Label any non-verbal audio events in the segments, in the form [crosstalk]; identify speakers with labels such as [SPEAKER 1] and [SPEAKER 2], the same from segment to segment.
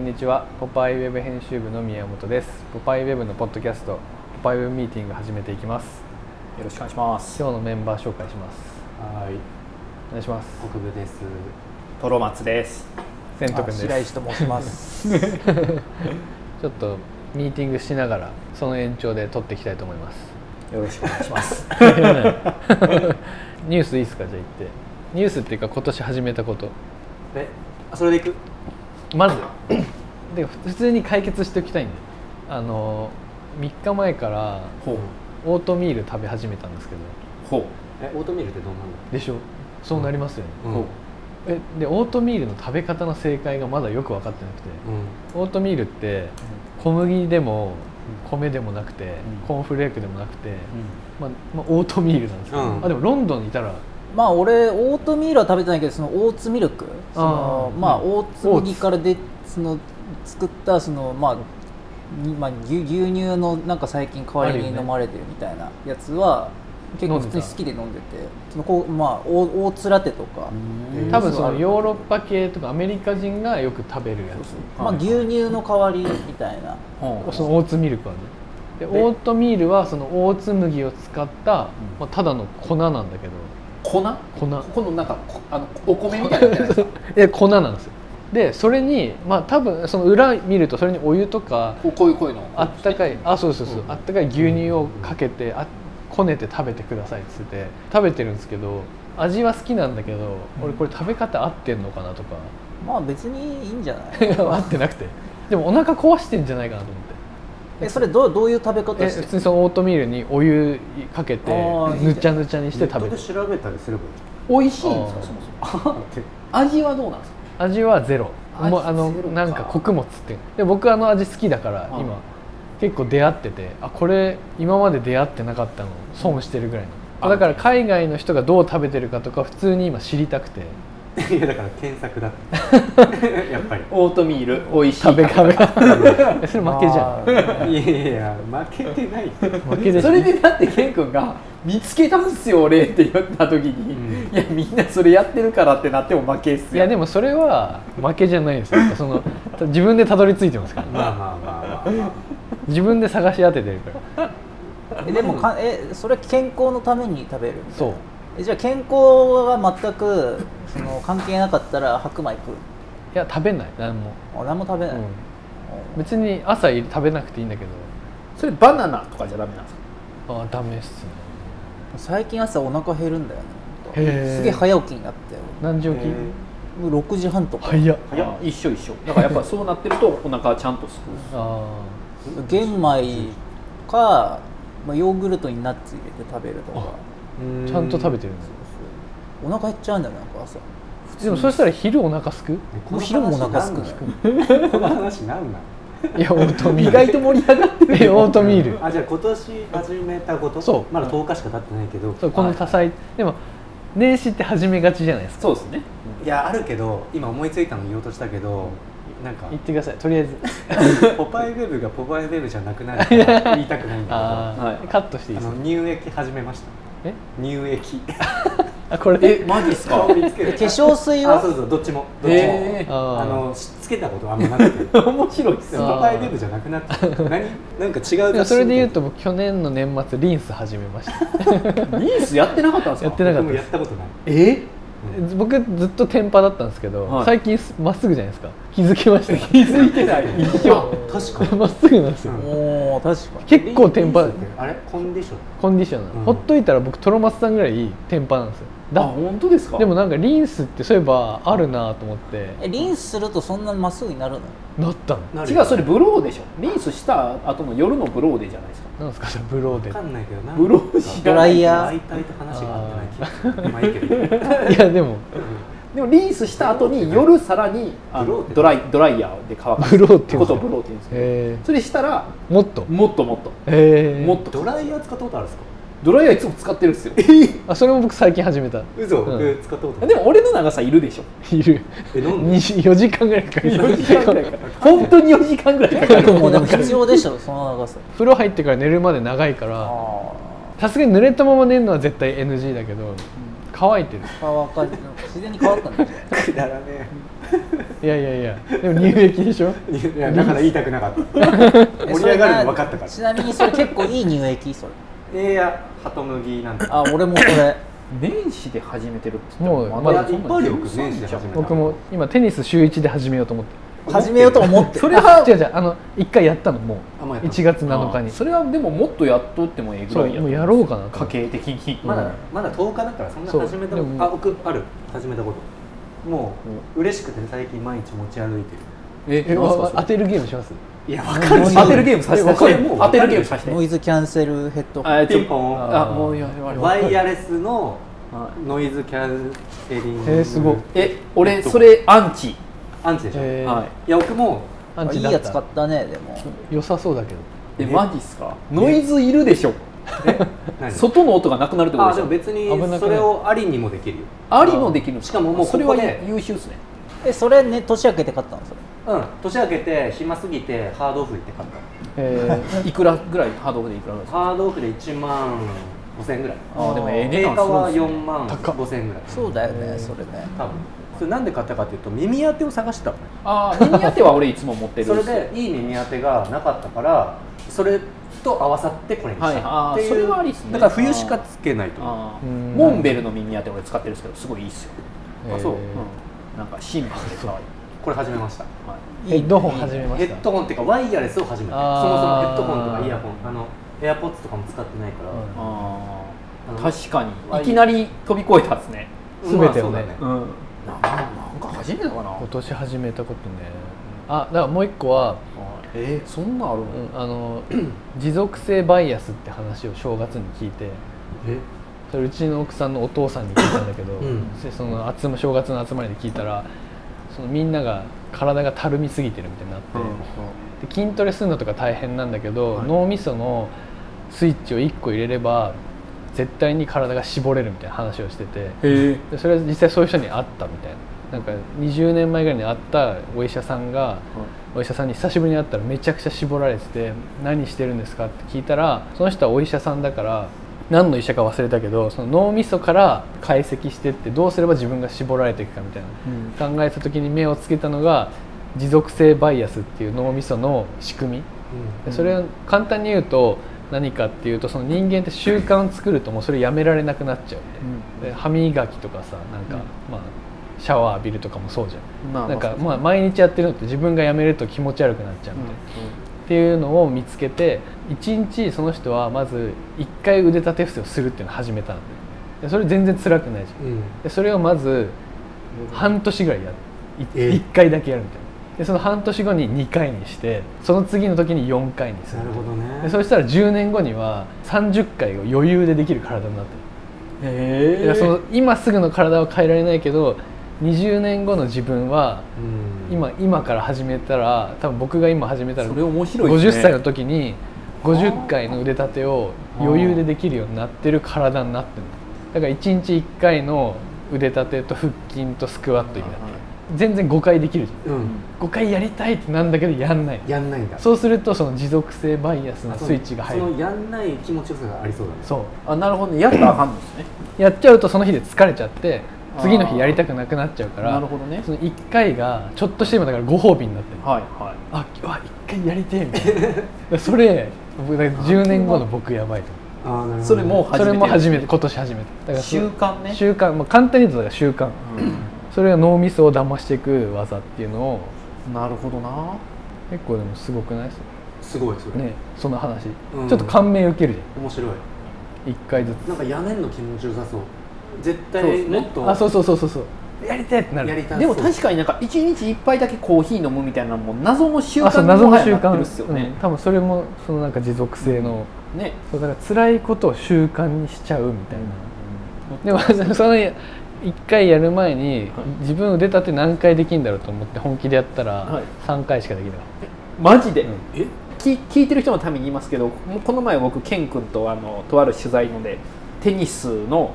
[SPEAKER 1] にちはポパイウェブ編集部の宮本ですポパイウェブのポッドキャストポパイウェブミーティング始めていきます
[SPEAKER 2] よろしくお願いします。
[SPEAKER 1] 今日のメンバー紹介します
[SPEAKER 3] はい、
[SPEAKER 1] お願いします
[SPEAKER 3] 北部です。
[SPEAKER 2] トロマツです。
[SPEAKER 1] 千斗くん
[SPEAKER 4] 白
[SPEAKER 1] で
[SPEAKER 4] 石
[SPEAKER 1] す
[SPEAKER 4] と申し
[SPEAKER 2] [laughs]
[SPEAKER 4] ます。
[SPEAKER 1] ちょっとミーティングしながらその延長で撮っていきたいと思い [laughs] ます
[SPEAKER 2] よろしくお願いします。
[SPEAKER 1] ニュースいいですかじゃあ言ってニュースっていうか今年始めたこと
[SPEAKER 3] [laughs] え、あそれで行く？
[SPEAKER 1] まず [clears throat] で普通に解決しておきたいんであの3日前から
[SPEAKER 2] ほう
[SPEAKER 1] オートミール食べ始めたんですけど
[SPEAKER 2] ほう
[SPEAKER 3] え、オートミールってどんな
[SPEAKER 1] でしょそうなりますよね、
[SPEAKER 3] の？
[SPEAKER 2] ほ
[SPEAKER 1] えでオートミールの食べ方の正解がまだよく分かってなくて
[SPEAKER 3] うん。うん。
[SPEAKER 1] オートミールって小麦でも米でもなくて、コーンフレークでもなくて、まあまあ、オートミールなんですけど、
[SPEAKER 3] うん
[SPEAKER 1] あでもロンドンにいたら
[SPEAKER 4] まあ俺オートミールは食べてないけどそのオーツミルクその
[SPEAKER 1] あー
[SPEAKER 4] まあ
[SPEAKER 1] うん
[SPEAKER 4] オーツ麦からでその作ったそのまあにまあ、牛牛乳のなんか最近代わ
[SPEAKER 1] あ
[SPEAKER 4] り
[SPEAKER 1] るよ
[SPEAKER 4] に
[SPEAKER 1] ね
[SPEAKER 4] 飲まれてるみたいなやつは結構
[SPEAKER 1] 飲ん
[SPEAKER 4] 普
[SPEAKER 1] でた
[SPEAKER 4] 通に好きで飲んでてそのこうまあオーオーツラテとか
[SPEAKER 3] うん
[SPEAKER 1] 多分そのヨーロッパ系とかアメリカ人がよく食べるや
[SPEAKER 4] そう
[SPEAKER 1] つ
[SPEAKER 4] そうまあ、牛乳の代わりみたいな
[SPEAKER 2] ほう
[SPEAKER 1] そのオーツミルクはねでオートミールはそのオーツ麦を使った、まあ、ただの粉なんだけど
[SPEAKER 2] 粉？
[SPEAKER 1] 粉
[SPEAKER 2] このなんかこあのお米みたいなやつじゃないです
[SPEAKER 3] [laughs]
[SPEAKER 2] か。
[SPEAKER 1] え粉なんですよでそれにまあ多分その裏見るとそれにお湯とか
[SPEAKER 2] こうこういうこういうの。
[SPEAKER 1] あったかいあそうそうそう、
[SPEAKER 3] うん
[SPEAKER 1] あったかい牛乳をかけてあこねて食べてくださいっつって食べてるんですけど味は好きなんだけど俺これ食べ方合ってんのかなとか [laughs]
[SPEAKER 4] まあ別にいいんじゃな
[SPEAKER 2] [laughs]
[SPEAKER 4] い
[SPEAKER 1] 合ってなくてでもお腹壊してんじゃないかなと思って
[SPEAKER 4] えそれどうどういう食べ方
[SPEAKER 1] え
[SPEAKER 4] して
[SPEAKER 1] 普
[SPEAKER 4] る
[SPEAKER 1] 通にそのオートミールにお湯かけて
[SPEAKER 4] あーいいじゃん
[SPEAKER 1] ぬちゃぬちゃにして食べ
[SPEAKER 3] ネット
[SPEAKER 1] る
[SPEAKER 3] で調べたりすればいい。
[SPEAKER 2] 美味しいんです
[SPEAKER 1] あ
[SPEAKER 2] か
[SPEAKER 1] ー
[SPEAKER 2] そもそも。
[SPEAKER 3] [laughs]
[SPEAKER 2] 味はどうなんですか？
[SPEAKER 1] 味はゼロ
[SPEAKER 2] 味
[SPEAKER 1] もうあの
[SPEAKER 2] ゼロか
[SPEAKER 1] なんか穀物っていうで僕あの味好きだから
[SPEAKER 2] うん
[SPEAKER 1] 今結構出会っててあこれ今まで出会ってなかったの損してるぐらいの、
[SPEAKER 2] あ
[SPEAKER 1] だから海外の人がどう食べてるかとか普通に今知りたくて
[SPEAKER 3] いやだから検索だっ
[SPEAKER 2] [laughs]
[SPEAKER 3] て。やっぱり。
[SPEAKER 2] オートミール美味しい。
[SPEAKER 1] 食べ食べ
[SPEAKER 2] [laughs]
[SPEAKER 1] それ負けじゃん
[SPEAKER 4] ゃ
[SPEAKER 3] いやいや負けてない。
[SPEAKER 1] 負けでしょ
[SPEAKER 2] それでだってケン君が見つけたんすよ俺って言った時に、
[SPEAKER 3] う
[SPEAKER 2] いやみんなそれやってるからってなっても負けっすよ
[SPEAKER 1] いやでもそれは負けじゃないですよそのた自分でたどり着いてますから、
[SPEAKER 3] まあまあまあまあま
[SPEAKER 1] 自分で探し当ててるから
[SPEAKER 4] えでもかえそれ健康のために食べる
[SPEAKER 1] そう
[SPEAKER 4] えじゃあ健康が全くその関係なかったら白米食う
[SPEAKER 1] いや食べない何も、
[SPEAKER 4] あ何も食べ
[SPEAKER 1] う
[SPEAKER 4] ない、
[SPEAKER 1] ん別に朝食べなくていいんだけど
[SPEAKER 2] それバナナとかじゃダメなんですか
[SPEAKER 1] あーダメっすね
[SPEAKER 4] 最近朝お腹減るんだよね
[SPEAKER 1] へー
[SPEAKER 4] すげえ早起きになって
[SPEAKER 1] 何時
[SPEAKER 3] あ。
[SPEAKER 1] 起き、
[SPEAKER 4] もう6時半とか
[SPEAKER 1] 早っ
[SPEAKER 2] いや一緒一緒だからやっぱそうなってる [laughs] とお腹ちゃんとすく
[SPEAKER 1] あ
[SPEAKER 4] 玄米か、まあ、ヨーグルトにナッツ入れて食べるとか
[SPEAKER 1] ーちゃんと食べて
[SPEAKER 3] る。
[SPEAKER 1] るんだ
[SPEAKER 4] お腹減っちゃうんだよねなんか朝
[SPEAKER 1] でもそしたら昼お腹すく
[SPEAKER 4] もう昼もお腹すくない
[SPEAKER 3] い。この話なんなの？
[SPEAKER 1] いやオートミー
[SPEAKER 2] 意
[SPEAKER 1] ル
[SPEAKER 2] 外と盛り上がってる
[SPEAKER 1] えオートミール
[SPEAKER 3] あじゃあ今年始めたこと
[SPEAKER 1] そう
[SPEAKER 3] まだ10日しか経ってないけど
[SPEAKER 1] そうこの多彩でも年始って始めがちじゃないですか
[SPEAKER 2] そうですね
[SPEAKER 3] いやあるけど今思いついたの言おうとしたけどな
[SPEAKER 1] [laughs]
[SPEAKER 3] んか
[SPEAKER 1] 言ってくださいとりあえず
[SPEAKER 3] ポパイウェブがポパイウェブじゃなくな
[SPEAKER 1] [laughs]
[SPEAKER 3] るから言いたくないんだけどあ
[SPEAKER 1] あー、
[SPEAKER 2] はい
[SPEAKER 1] カットしていいです
[SPEAKER 3] の
[SPEAKER 1] か
[SPEAKER 3] 乳液始めました
[SPEAKER 1] え
[SPEAKER 3] 乳液
[SPEAKER 1] あこれで
[SPEAKER 2] マジっすか
[SPEAKER 3] 香りつけ
[SPEAKER 1] [laughs]
[SPEAKER 3] る
[SPEAKER 4] え化粧水
[SPEAKER 3] あ
[SPEAKER 4] は
[SPEAKER 3] そうそうどっちもどっちも
[SPEAKER 2] へえ
[SPEAKER 1] あー
[SPEAKER 3] あのしつけたことあんま
[SPEAKER 1] [laughs]
[SPEAKER 3] なくて
[SPEAKER 2] 面白いっす
[SPEAKER 3] ポ
[SPEAKER 2] よ
[SPEAKER 1] あ
[SPEAKER 3] パイウェブじゃなくなっちゃう何なんか違う
[SPEAKER 1] でもそれで言うと
[SPEAKER 3] 僕
[SPEAKER 1] 僕去年の年末リンス始めました
[SPEAKER 2] ニースやってなかったんですか
[SPEAKER 1] やってなかった
[SPEAKER 3] も
[SPEAKER 1] で
[SPEAKER 3] やっ
[SPEAKER 1] す
[SPEAKER 3] たことない
[SPEAKER 2] え
[SPEAKER 1] 僕ずっと天パだったんですけど、
[SPEAKER 2] はい
[SPEAKER 1] 最近まっすぐじゃないですか [laughs] 気づきました
[SPEAKER 2] 気づいてない
[SPEAKER 1] 一
[SPEAKER 3] あ確かに
[SPEAKER 1] 緒 [laughs] まっすぐなんですよ、
[SPEAKER 3] うん
[SPEAKER 4] おお確かに
[SPEAKER 1] 結構天パ
[SPEAKER 3] リンスってあれコンディション
[SPEAKER 1] コンディショナー、
[SPEAKER 3] うん
[SPEAKER 1] ほっといたら僕トロマツさんぐらいテンパなんですよ
[SPEAKER 2] あ
[SPEAKER 1] だ
[SPEAKER 2] 本当ですか
[SPEAKER 1] でもなんかリンスってそういえばあるなと思って
[SPEAKER 4] えリンスするとそんなまっすぐになるの
[SPEAKER 1] なったの
[SPEAKER 3] なる
[SPEAKER 2] 違
[SPEAKER 3] よ
[SPEAKER 2] うそれブローでしょリースした後の夜のブローでじゃないですか
[SPEAKER 1] なんですかそれブローで
[SPEAKER 3] わかんないけどな
[SPEAKER 2] ブロー知
[SPEAKER 4] ド
[SPEAKER 2] ら
[SPEAKER 4] ラ
[SPEAKER 2] ない
[SPEAKER 4] イヤー
[SPEAKER 3] 大体と話が合ってない気がするまあいい
[SPEAKER 1] [laughs]
[SPEAKER 3] けど
[SPEAKER 1] いやでも
[SPEAKER 2] でもリンスした後に夜さらにあ
[SPEAKER 3] ブロー
[SPEAKER 2] の
[SPEAKER 3] って
[SPEAKER 2] ドライドライヤーで乾か
[SPEAKER 1] ブ
[SPEAKER 2] す
[SPEAKER 1] ローっていうん
[SPEAKER 2] こ
[SPEAKER 1] ですか
[SPEAKER 2] とをブローって言うんですけど
[SPEAKER 1] え
[SPEAKER 2] それしたら
[SPEAKER 1] ー、もっと
[SPEAKER 2] もっともっと
[SPEAKER 1] えー、
[SPEAKER 2] もっと
[SPEAKER 3] ドライヤー使ったことあるんですか
[SPEAKER 2] ドライヤーいつも使ってるんですよ
[SPEAKER 1] あそれも僕最近始めた
[SPEAKER 3] 嘘、
[SPEAKER 1] うん
[SPEAKER 3] 僕使ったことない
[SPEAKER 2] でも俺の長さいるでしょ
[SPEAKER 1] いる
[SPEAKER 3] えなんで
[SPEAKER 1] 4時間ぐらいかかる
[SPEAKER 2] 4時間ぐらいかかる本当に4時間ぐらいかか
[SPEAKER 1] [laughs]
[SPEAKER 2] る
[SPEAKER 4] もうでも必要でしょその長さ
[SPEAKER 1] 風呂入ってから寝るまで長いから
[SPEAKER 4] あ
[SPEAKER 1] さすがに濡れたまま寝るのは絶対 NG だけど乾いてる
[SPEAKER 4] 乾か自然に乾くんだよ
[SPEAKER 3] くだらね
[SPEAKER 1] いやいやいやでも乳液でしょ
[SPEAKER 3] えいやだから言いたくなかった
[SPEAKER 4] え
[SPEAKER 3] 盛り上がるの分かったから
[SPEAKER 4] それなちなみにそれ結構いい乳液それ
[SPEAKER 3] えいや鳩麦なんて
[SPEAKER 4] あ俺もそれ
[SPEAKER 2] 年始で始めてるっつって
[SPEAKER 1] もうまだ
[SPEAKER 2] そんな
[SPEAKER 3] よく年始で始めた
[SPEAKER 1] 僕も今テニス週1で始めようと思って
[SPEAKER 4] 始めようと思って
[SPEAKER 2] それ
[SPEAKER 1] あ
[SPEAKER 2] は
[SPEAKER 1] 違う違うあの1回やったのも
[SPEAKER 3] あも
[SPEAKER 1] う
[SPEAKER 3] うやった
[SPEAKER 1] 1月7日に
[SPEAKER 2] あそれはでももっとやっとってもええぐ
[SPEAKER 1] そ
[SPEAKER 2] ら
[SPEAKER 1] う
[SPEAKER 2] いや
[SPEAKER 1] もうやろうかなと
[SPEAKER 2] 家計的に
[SPEAKER 3] まだまだ10日だからそんな
[SPEAKER 1] そう
[SPEAKER 3] 始めた
[SPEAKER 1] で
[SPEAKER 3] こ
[SPEAKER 1] も
[SPEAKER 3] とあ僕ある始めたこともう嬉しくて最近毎日持ち歩いてる
[SPEAKER 2] え
[SPEAKER 1] え
[SPEAKER 2] なんすか
[SPEAKER 1] わ
[SPEAKER 2] それ
[SPEAKER 1] 当てるゲームします
[SPEAKER 3] いやわかる
[SPEAKER 2] 当てるゲームさせて
[SPEAKER 3] えわかるもう
[SPEAKER 2] 当てるゲームさせて
[SPEAKER 4] ノイズキャンセルヘッドホン
[SPEAKER 2] あちょ
[SPEAKER 3] ピンポン
[SPEAKER 2] あもうやばい
[SPEAKER 3] ワイヤレスの
[SPEAKER 2] は
[SPEAKER 3] ノイズキャンセリング
[SPEAKER 1] えーすごい
[SPEAKER 2] いえ俺それアンチ
[SPEAKER 3] アンチでしょ、
[SPEAKER 1] えー
[SPEAKER 2] はい
[SPEAKER 3] いや僕も
[SPEAKER 1] アン
[SPEAKER 4] い
[SPEAKER 1] チ
[SPEAKER 4] い
[SPEAKER 1] だ
[SPEAKER 4] や
[SPEAKER 1] っ
[SPEAKER 4] つ買
[SPEAKER 1] た
[SPEAKER 4] ったねでも
[SPEAKER 1] 良さそうだけど
[SPEAKER 2] え
[SPEAKER 3] え
[SPEAKER 2] マジっすかノイズいるでしょ
[SPEAKER 3] 何
[SPEAKER 2] 外の音がなくなるってこ
[SPEAKER 3] あ
[SPEAKER 2] とで
[SPEAKER 3] で
[SPEAKER 2] し
[SPEAKER 3] も
[SPEAKER 1] 危な
[SPEAKER 2] ょ
[SPEAKER 3] 別
[SPEAKER 1] くな
[SPEAKER 3] に
[SPEAKER 1] い
[SPEAKER 3] それをありにもできるよ
[SPEAKER 2] ありもできるんです
[SPEAKER 3] しかももう
[SPEAKER 2] それ
[SPEAKER 3] こ
[SPEAKER 2] は
[SPEAKER 3] こで
[SPEAKER 2] 優秀っす
[SPEAKER 3] [laughs]
[SPEAKER 2] ね
[SPEAKER 4] えそれね年明けて買ったのそれ
[SPEAKER 3] うん年明けて暇すぎてハードオフ行って買った
[SPEAKER 1] え
[SPEAKER 2] いくらぐらいハードオフでいくらぐらいですか
[SPEAKER 3] ハードオフで1万5000円ぐらい
[SPEAKER 2] あーでもええ値
[SPEAKER 3] 定
[SPEAKER 2] 段
[SPEAKER 3] 価は
[SPEAKER 2] するっすね
[SPEAKER 3] 4万5000円ぐらい
[SPEAKER 4] そうだよ
[SPEAKER 1] へ
[SPEAKER 4] ね
[SPEAKER 1] ー
[SPEAKER 4] それね
[SPEAKER 3] 多分それなんで買ったかっていうと耳当てを探してたのね
[SPEAKER 2] あー耳当ては俺いつも持ってる
[SPEAKER 3] それでいい耳当てがなかったからそれと合わさってこれにし
[SPEAKER 2] はい
[SPEAKER 3] た
[SPEAKER 2] あー
[SPEAKER 3] っていう、
[SPEAKER 2] それはありっすね
[SPEAKER 3] だから冬しかつけないと思う
[SPEAKER 2] あー
[SPEAKER 1] うん
[SPEAKER 2] モンベルの耳当て俺使ってるんですけどすごいいいっすよ、
[SPEAKER 1] ー [laughs]
[SPEAKER 3] あそう
[SPEAKER 1] え
[SPEAKER 2] うん、なんかシンバルで可愛い
[SPEAKER 3] これ始めました
[SPEAKER 2] はい
[SPEAKER 1] ーヘッドホン始めま
[SPEAKER 3] ヘ
[SPEAKER 1] し
[SPEAKER 3] ッ
[SPEAKER 1] た
[SPEAKER 3] ドホンっていうかワイヤレスを始めた
[SPEAKER 1] あー
[SPEAKER 3] そもそもヘッドホンとかイヤホンあのエアポッツとかも使ってないから、
[SPEAKER 1] うん
[SPEAKER 2] あ
[SPEAKER 3] あの
[SPEAKER 2] ー確か
[SPEAKER 3] ワ
[SPEAKER 2] に
[SPEAKER 3] イ
[SPEAKER 2] いきなり飛び越えたっすね
[SPEAKER 1] 全てをね
[SPEAKER 3] まあそうだ
[SPEAKER 2] うんななんか初めてかな
[SPEAKER 1] 今年始めたことねあだからもう一個は、
[SPEAKER 2] えー、そんなんあるの、
[SPEAKER 1] うんあの [clears throat] 持続性バイアスって話を正月に聞いて
[SPEAKER 3] え
[SPEAKER 1] それうちの奥さんのお父さんに聞いたんだけど、
[SPEAKER 3] うん
[SPEAKER 1] でその集ま正月の集まりで聞いたらそのみんなが体がたるみすぎてるみたいになって、で筋トレするのとか大変なんだけど、
[SPEAKER 2] はい
[SPEAKER 1] 脳みそのスイッチを1個入れれば絶対に体が絞れるみたいな話をしてて
[SPEAKER 2] へえ
[SPEAKER 1] でそれは実際そういう人に会ったみたいな。なんか20年前ぐらいに会ったお医者さんがお医者さんに久しぶりに会ったらめちゃくちゃ絞られてて何してるんですかって聞いたらその人はお医者さんだから何の医者か忘れたけどその脳みそから解析してってどうすれば自分が絞られていくかみたいな
[SPEAKER 2] うん
[SPEAKER 1] 考えた時に目をつけたのが持続性バイアスっていう脳みその仕組みでそれを簡単に言うと何かっていうとその人間って習慣を作るともうそれやめられなくなっちゃうみたいなで歯磨きとかさなんか、
[SPEAKER 2] うん
[SPEAKER 1] まあ、シャワー浴びるとかもそうじゃん
[SPEAKER 2] うんまあ
[SPEAKER 1] なんか
[SPEAKER 2] ま
[SPEAKER 1] まあ毎日やってるのって自分がやめると気持ち悪くなっちゃう
[SPEAKER 2] あ
[SPEAKER 1] み
[SPEAKER 2] う
[SPEAKER 1] たい
[SPEAKER 2] ん
[SPEAKER 1] な、っていうのを見つけて1日その人はまず1回腕立て伏せをするっていうのを始めたんでそれ全然辛くないじゃん
[SPEAKER 3] うん
[SPEAKER 1] でそれをまず半年ぐらいやる
[SPEAKER 3] え
[SPEAKER 1] 1, 回だけやるみたいなでその半年後に2回にしてその次の時に4回にする
[SPEAKER 3] なるほどね
[SPEAKER 1] でそしたら10年後には30回を余裕でできる体になってる
[SPEAKER 2] へ
[SPEAKER 1] いやその今すぐの体は変えられないけど20年後の自分は
[SPEAKER 3] うん
[SPEAKER 1] 今今から始めたら多分僕が今始めたら
[SPEAKER 2] それ面白いですね
[SPEAKER 1] 50歳の時に50回の腕立てを余裕でできるようになってる体になってるだから1日1回の腕立てと腹筋とスクワットみたいな全然5回できるじゃ
[SPEAKER 3] うん
[SPEAKER 1] ん5回やりたいってなんだけどやんない
[SPEAKER 3] やんないんだ
[SPEAKER 1] そうするとその持続性バイアスの
[SPEAKER 3] あそう
[SPEAKER 1] スイッチが入
[SPEAKER 3] そ
[SPEAKER 1] る
[SPEAKER 3] のやんない気持ちよさがありそうだね
[SPEAKER 1] そう
[SPEAKER 2] あなるほどねやったらあかんのですね
[SPEAKER 1] やっちゃうとその日で疲れちゃって
[SPEAKER 2] あー
[SPEAKER 1] 次の日やりたくなくなっちゃうから
[SPEAKER 2] なるほどね
[SPEAKER 1] その1回がちょっとして今だからご褒美になってる
[SPEAKER 2] はいはい
[SPEAKER 1] あ今日は1回やりてえみたいな [laughs] それ僕だから10年後の僕やばいと思
[SPEAKER 3] あーなるほどね
[SPEAKER 2] それも
[SPEAKER 1] うそれも初め
[SPEAKER 2] て
[SPEAKER 1] て今年初めてだからそ
[SPEAKER 2] 習慣ね
[SPEAKER 1] 習慣、まあ、簡単に言うとだから習慣それが脳みそを騙していく技っていうのを
[SPEAKER 2] うんなるほどな
[SPEAKER 1] 結構でもすごくないです
[SPEAKER 3] すごいそれ、
[SPEAKER 1] ねその話、
[SPEAKER 3] うん
[SPEAKER 1] ちょっと感銘受けるじ
[SPEAKER 3] 面白い
[SPEAKER 1] ゃん1回ずつ
[SPEAKER 3] なんかやめんの気持ちよさそう絶
[SPEAKER 2] そう
[SPEAKER 3] 対
[SPEAKER 2] ですね
[SPEAKER 3] もっと
[SPEAKER 1] あそうそうそうそうそうやりたいってなる
[SPEAKER 3] やりたい
[SPEAKER 2] でも確かになんか一日一杯だけコーヒー飲むみたいなのも謎の習
[SPEAKER 1] あそう
[SPEAKER 2] 慣に
[SPEAKER 1] 謎
[SPEAKER 2] も
[SPEAKER 1] の
[SPEAKER 2] は
[SPEAKER 1] 習
[SPEAKER 2] やなって
[SPEAKER 1] 慣
[SPEAKER 2] るっすよね
[SPEAKER 1] うん、多分それもそのなんか持続性の、
[SPEAKER 2] ね
[SPEAKER 1] そうだから辛いことを習慣にしちゃうみたいな、でもその1回やる前に、自分腕立て何回できるんだろうと思って本気でやったら、
[SPEAKER 2] はい
[SPEAKER 1] 3回しかできなかっ
[SPEAKER 2] マジで、
[SPEAKER 1] うん
[SPEAKER 3] え
[SPEAKER 2] き聞いてる人のために言いますけどもうこの前僕ケン君とあのとある取材のでテニスの、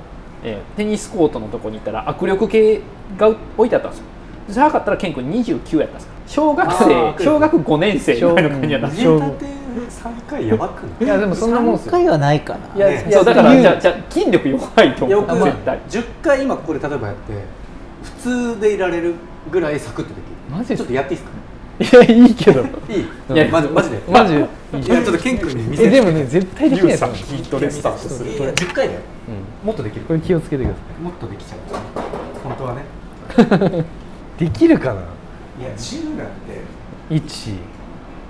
[SPEAKER 2] えーテニスコートのとこに行ったら握力計が置いてあったんですよじゃなかったらケン君29やったんですよ小学
[SPEAKER 3] あー握
[SPEAKER 2] 生
[SPEAKER 3] 力
[SPEAKER 2] 小学5年生みたいな感じやったん
[SPEAKER 1] 小
[SPEAKER 2] です
[SPEAKER 3] 腕立て3回やばくない
[SPEAKER 1] いやでもそんなもんです
[SPEAKER 4] 3
[SPEAKER 1] よ
[SPEAKER 4] 回はないかな。
[SPEAKER 2] いや
[SPEAKER 3] ね
[SPEAKER 2] いやだから
[SPEAKER 1] そう
[SPEAKER 2] じゃあじゃあ筋力弱いと
[SPEAKER 3] いや
[SPEAKER 2] 思
[SPEAKER 3] 僕
[SPEAKER 2] う絶対
[SPEAKER 3] 10回今ここで例えばやって普通でいられるぐらいサクッとできる
[SPEAKER 1] マジ
[SPEAKER 3] ちょっとやっていいです
[SPEAKER 1] いやいいけど
[SPEAKER 3] かいい
[SPEAKER 1] うん
[SPEAKER 3] いやマジマジで
[SPEAKER 1] マジい
[SPEAKER 3] いやちょっとケン君に見せ
[SPEAKER 1] [laughs] え
[SPEAKER 3] て
[SPEAKER 1] でもね絶対できないですよ
[SPEAKER 2] 筋トレスタートす
[SPEAKER 3] いや10回だよもっとできる
[SPEAKER 1] これ気をつけてくださ
[SPEAKER 3] もっとできちゃう本当はね
[SPEAKER 1] [laughs] いできるかない
[SPEAKER 3] や10なんて
[SPEAKER 1] 1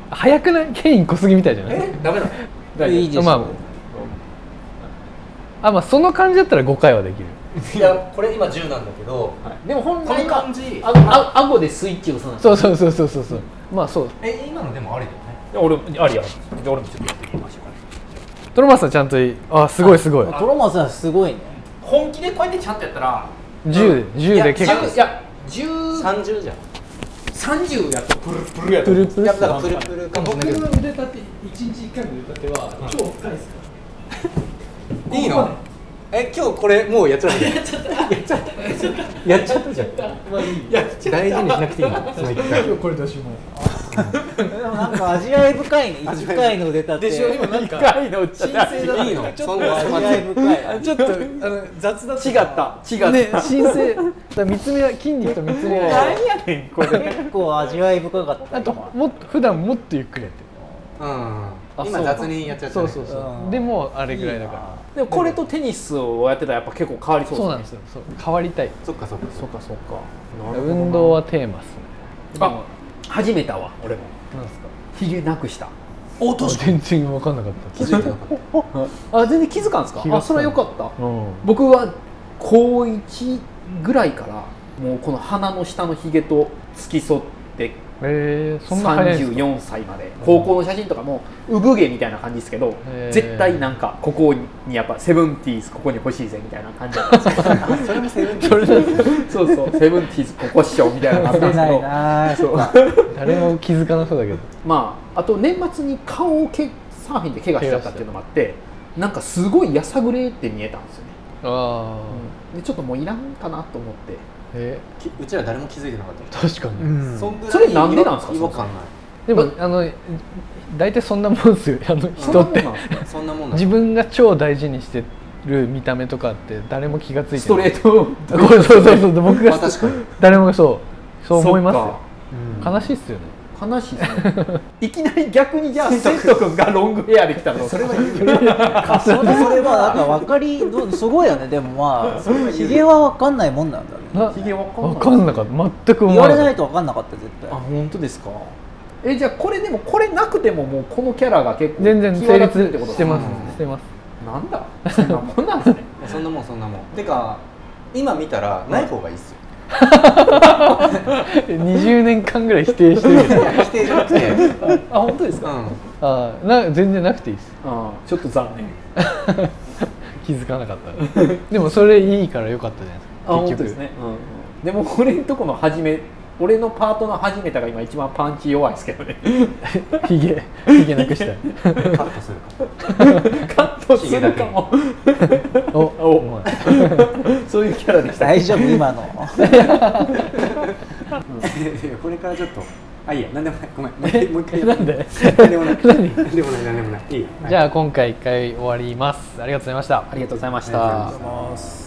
[SPEAKER 1] 早くないケイン小杉みたいじゃない
[SPEAKER 3] えダメな
[SPEAKER 1] [laughs]
[SPEAKER 3] の
[SPEAKER 4] いいですよ
[SPEAKER 1] まああまあその感じだったら5回はできる
[SPEAKER 3] いやこれ今10なんだけど
[SPEAKER 2] でも本来
[SPEAKER 3] この感
[SPEAKER 2] は
[SPEAKER 3] じ
[SPEAKER 2] ああ顎でスイッチを押さない
[SPEAKER 1] そうそうそうそうそうそうまあそう
[SPEAKER 3] え今のでもありだよ
[SPEAKER 2] 俺
[SPEAKER 3] ね
[SPEAKER 2] もありやじゃあ俺もちょっとやっていきましょうかね
[SPEAKER 1] トロマスさんちゃんといあすごいすごい
[SPEAKER 4] トロマスはすごいね。
[SPEAKER 2] 本気でこうやってちゃんとやったら
[SPEAKER 1] 10 10で結構
[SPEAKER 2] いや1030
[SPEAKER 3] 30じゃん
[SPEAKER 2] やったらプルプルや
[SPEAKER 1] プ
[SPEAKER 2] と思う
[SPEAKER 1] ルプル
[SPEAKER 3] やっぱプルプルかもしれないけど
[SPEAKER 5] 腕立て一日一回の腕立ては超深いですか
[SPEAKER 3] いいのえ今日これもうやっちゃったやっちゃったやっちゃったじゃん大事にしなくていいのその一回
[SPEAKER 5] らこれだしも
[SPEAKER 4] でもなんか [laughs] 味わい深いね。
[SPEAKER 3] 味
[SPEAKER 4] 一
[SPEAKER 3] わい深い
[SPEAKER 4] 回の腕立て。
[SPEAKER 3] でしょ今なん
[SPEAKER 2] 一
[SPEAKER 3] か
[SPEAKER 2] 回のうち
[SPEAKER 3] 申請だいいのそんな
[SPEAKER 4] 味わい深い。
[SPEAKER 1] ちょっとあの雑だ
[SPEAKER 2] 違った違った、
[SPEAKER 1] ね申請だから見つめ合い筋肉と見つめ合い
[SPEAKER 2] 何やねんこれ
[SPEAKER 4] 結構味わい深かった。
[SPEAKER 1] あともっと普段もっとゆっくりやってる
[SPEAKER 3] うん
[SPEAKER 1] そ
[SPEAKER 3] 今
[SPEAKER 1] う
[SPEAKER 3] 雑にやっちゃった
[SPEAKER 1] そ
[SPEAKER 3] ね
[SPEAKER 1] うそうそう、
[SPEAKER 4] うん
[SPEAKER 1] でもあれぐらいだから
[SPEAKER 2] でもこれとテニスをやってたらやっぱ結構変わりそう
[SPEAKER 1] そうなんですよそう変わりたい
[SPEAKER 3] そっかそっか
[SPEAKER 2] そっかそっか
[SPEAKER 1] 運動はテーマっすねでも
[SPEAKER 2] あ始めたわ俺も
[SPEAKER 1] なんですか
[SPEAKER 2] ひげなくした
[SPEAKER 1] おと全然分かんなかった
[SPEAKER 3] 気づいてなかっ
[SPEAKER 2] あ全然気づかんですか
[SPEAKER 1] 気が
[SPEAKER 2] あ
[SPEAKER 1] つか
[SPEAKER 2] そ
[SPEAKER 1] ない
[SPEAKER 2] れはよかった
[SPEAKER 1] うん
[SPEAKER 2] 僕は高1ぐらいからもうこの鼻の下のひげと付き添って
[SPEAKER 1] えー、そんな早いんですか
[SPEAKER 2] 34歳まで高校の写真とかも産毛みたいな感じですけど
[SPEAKER 1] へー
[SPEAKER 2] 絶対なんかここにやっぱセブンティーズここに欲しいぜみたいな感じだったんですよ
[SPEAKER 3] たそれもセブン
[SPEAKER 1] それだって
[SPEAKER 2] [laughs] そうそうセブンティーズここっしょみたいな感じだった
[SPEAKER 4] 出
[SPEAKER 2] ん
[SPEAKER 4] な
[SPEAKER 2] で
[SPEAKER 4] い
[SPEAKER 2] す
[SPEAKER 4] な
[SPEAKER 2] けどそう
[SPEAKER 1] 誰も気づかなそうだけど
[SPEAKER 2] [laughs] まあ、あと年末に顔をけサーフィンで怪我しちゃったっていうのもあってなんかすごいやさぐれって見えたんですよね、
[SPEAKER 1] あ
[SPEAKER 2] でちょっともういらんかなと思っ
[SPEAKER 1] あ
[SPEAKER 2] て
[SPEAKER 1] え
[SPEAKER 3] うちら誰も気づいてなかった
[SPEAKER 1] 確かに、
[SPEAKER 4] うん
[SPEAKER 3] そんぐらい
[SPEAKER 2] それなんでなんですか
[SPEAKER 3] 違和感ない
[SPEAKER 1] でもあの大体そんなもんですよあの
[SPEAKER 2] そんな
[SPEAKER 1] 人っ
[SPEAKER 2] もん
[SPEAKER 1] て
[SPEAKER 2] なんですか
[SPEAKER 3] そんなもんなん
[SPEAKER 1] 自分が超大事にしてる見た目とかって誰も気がついてない
[SPEAKER 2] ストレート
[SPEAKER 1] トこれそうそうそう僕
[SPEAKER 3] まあ
[SPEAKER 1] が
[SPEAKER 3] 確かに
[SPEAKER 1] 誰もがそうそう思いますよ
[SPEAKER 3] うん
[SPEAKER 1] 悲しいっすよね
[SPEAKER 2] そっか悲しいですねいきなり逆にじ [laughs] ゃあセント君がロングヘアできたのそれは
[SPEAKER 4] それはなんか分かりどうすごいよねでもまあひげは分かんないもんなんだね
[SPEAKER 1] な
[SPEAKER 2] ひげわかんない
[SPEAKER 1] わかんなかった全く
[SPEAKER 4] 言
[SPEAKER 1] 思わ
[SPEAKER 4] わ
[SPEAKER 1] な
[SPEAKER 4] れな
[SPEAKER 1] かっ
[SPEAKER 4] いと分かんなかった絶
[SPEAKER 2] あ
[SPEAKER 4] 対
[SPEAKER 2] 本当ですかえじゃあこれでもこれなくてももうこのキャラが結構
[SPEAKER 1] た全然成
[SPEAKER 2] 際立つ
[SPEAKER 1] 立してま
[SPEAKER 3] うん
[SPEAKER 1] すしてます
[SPEAKER 2] なんだそんなもんなん
[SPEAKER 1] [laughs]
[SPEAKER 2] ですね
[SPEAKER 3] そんなもんそんなもんてか今見たらない方がいいっすよ
[SPEAKER 1] 20年間ぐらい否定して
[SPEAKER 3] い
[SPEAKER 1] る
[SPEAKER 2] [laughs]
[SPEAKER 3] や否定じゃなく [laughs] てう
[SPEAKER 2] あ本当ですか、
[SPEAKER 3] ん
[SPEAKER 1] ああな全然なくていいです
[SPEAKER 2] あーちょっと残念
[SPEAKER 1] 気づかなかったでもそれいいから良かったじゃないです
[SPEAKER 2] あ
[SPEAKER 1] か
[SPEAKER 2] 本
[SPEAKER 1] 結
[SPEAKER 2] 当
[SPEAKER 1] 局
[SPEAKER 2] ですね、うんでも俺んとこの始め俺のパートの始めたが今一番パンチ弱いですけど [laughs] ね
[SPEAKER 1] ひげひげなく
[SPEAKER 2] [laughs]
[SPEAKER 1] したい
[SPEAKER 3] カットするか
[SPEAKER 2] カットするかも
[SPEAKER 1] お
[SPEAKER 2] お
[SPEAKER 1] お前
[SPEAKER 2] そういうキャラでした
[SPEAKER 4] 大丈夫今の
[SPEAKER 3] いやこれからちょっとあいいやなんでもないごめんもう一回もう一回や
[SPEAKER 1] なんで
[SPEAKER 3] なんでもないなんでもないなんでもないいいよ
[SPEAKER 1] じゃあ今回一回終わりますありがとうございました
[SPEAKER 2] ありがとうございまし
[SPEAKER 3] ありがとうございま
[SPEAKER 2] た
[SPEAKER 3] した
[SPEAKER 4] ます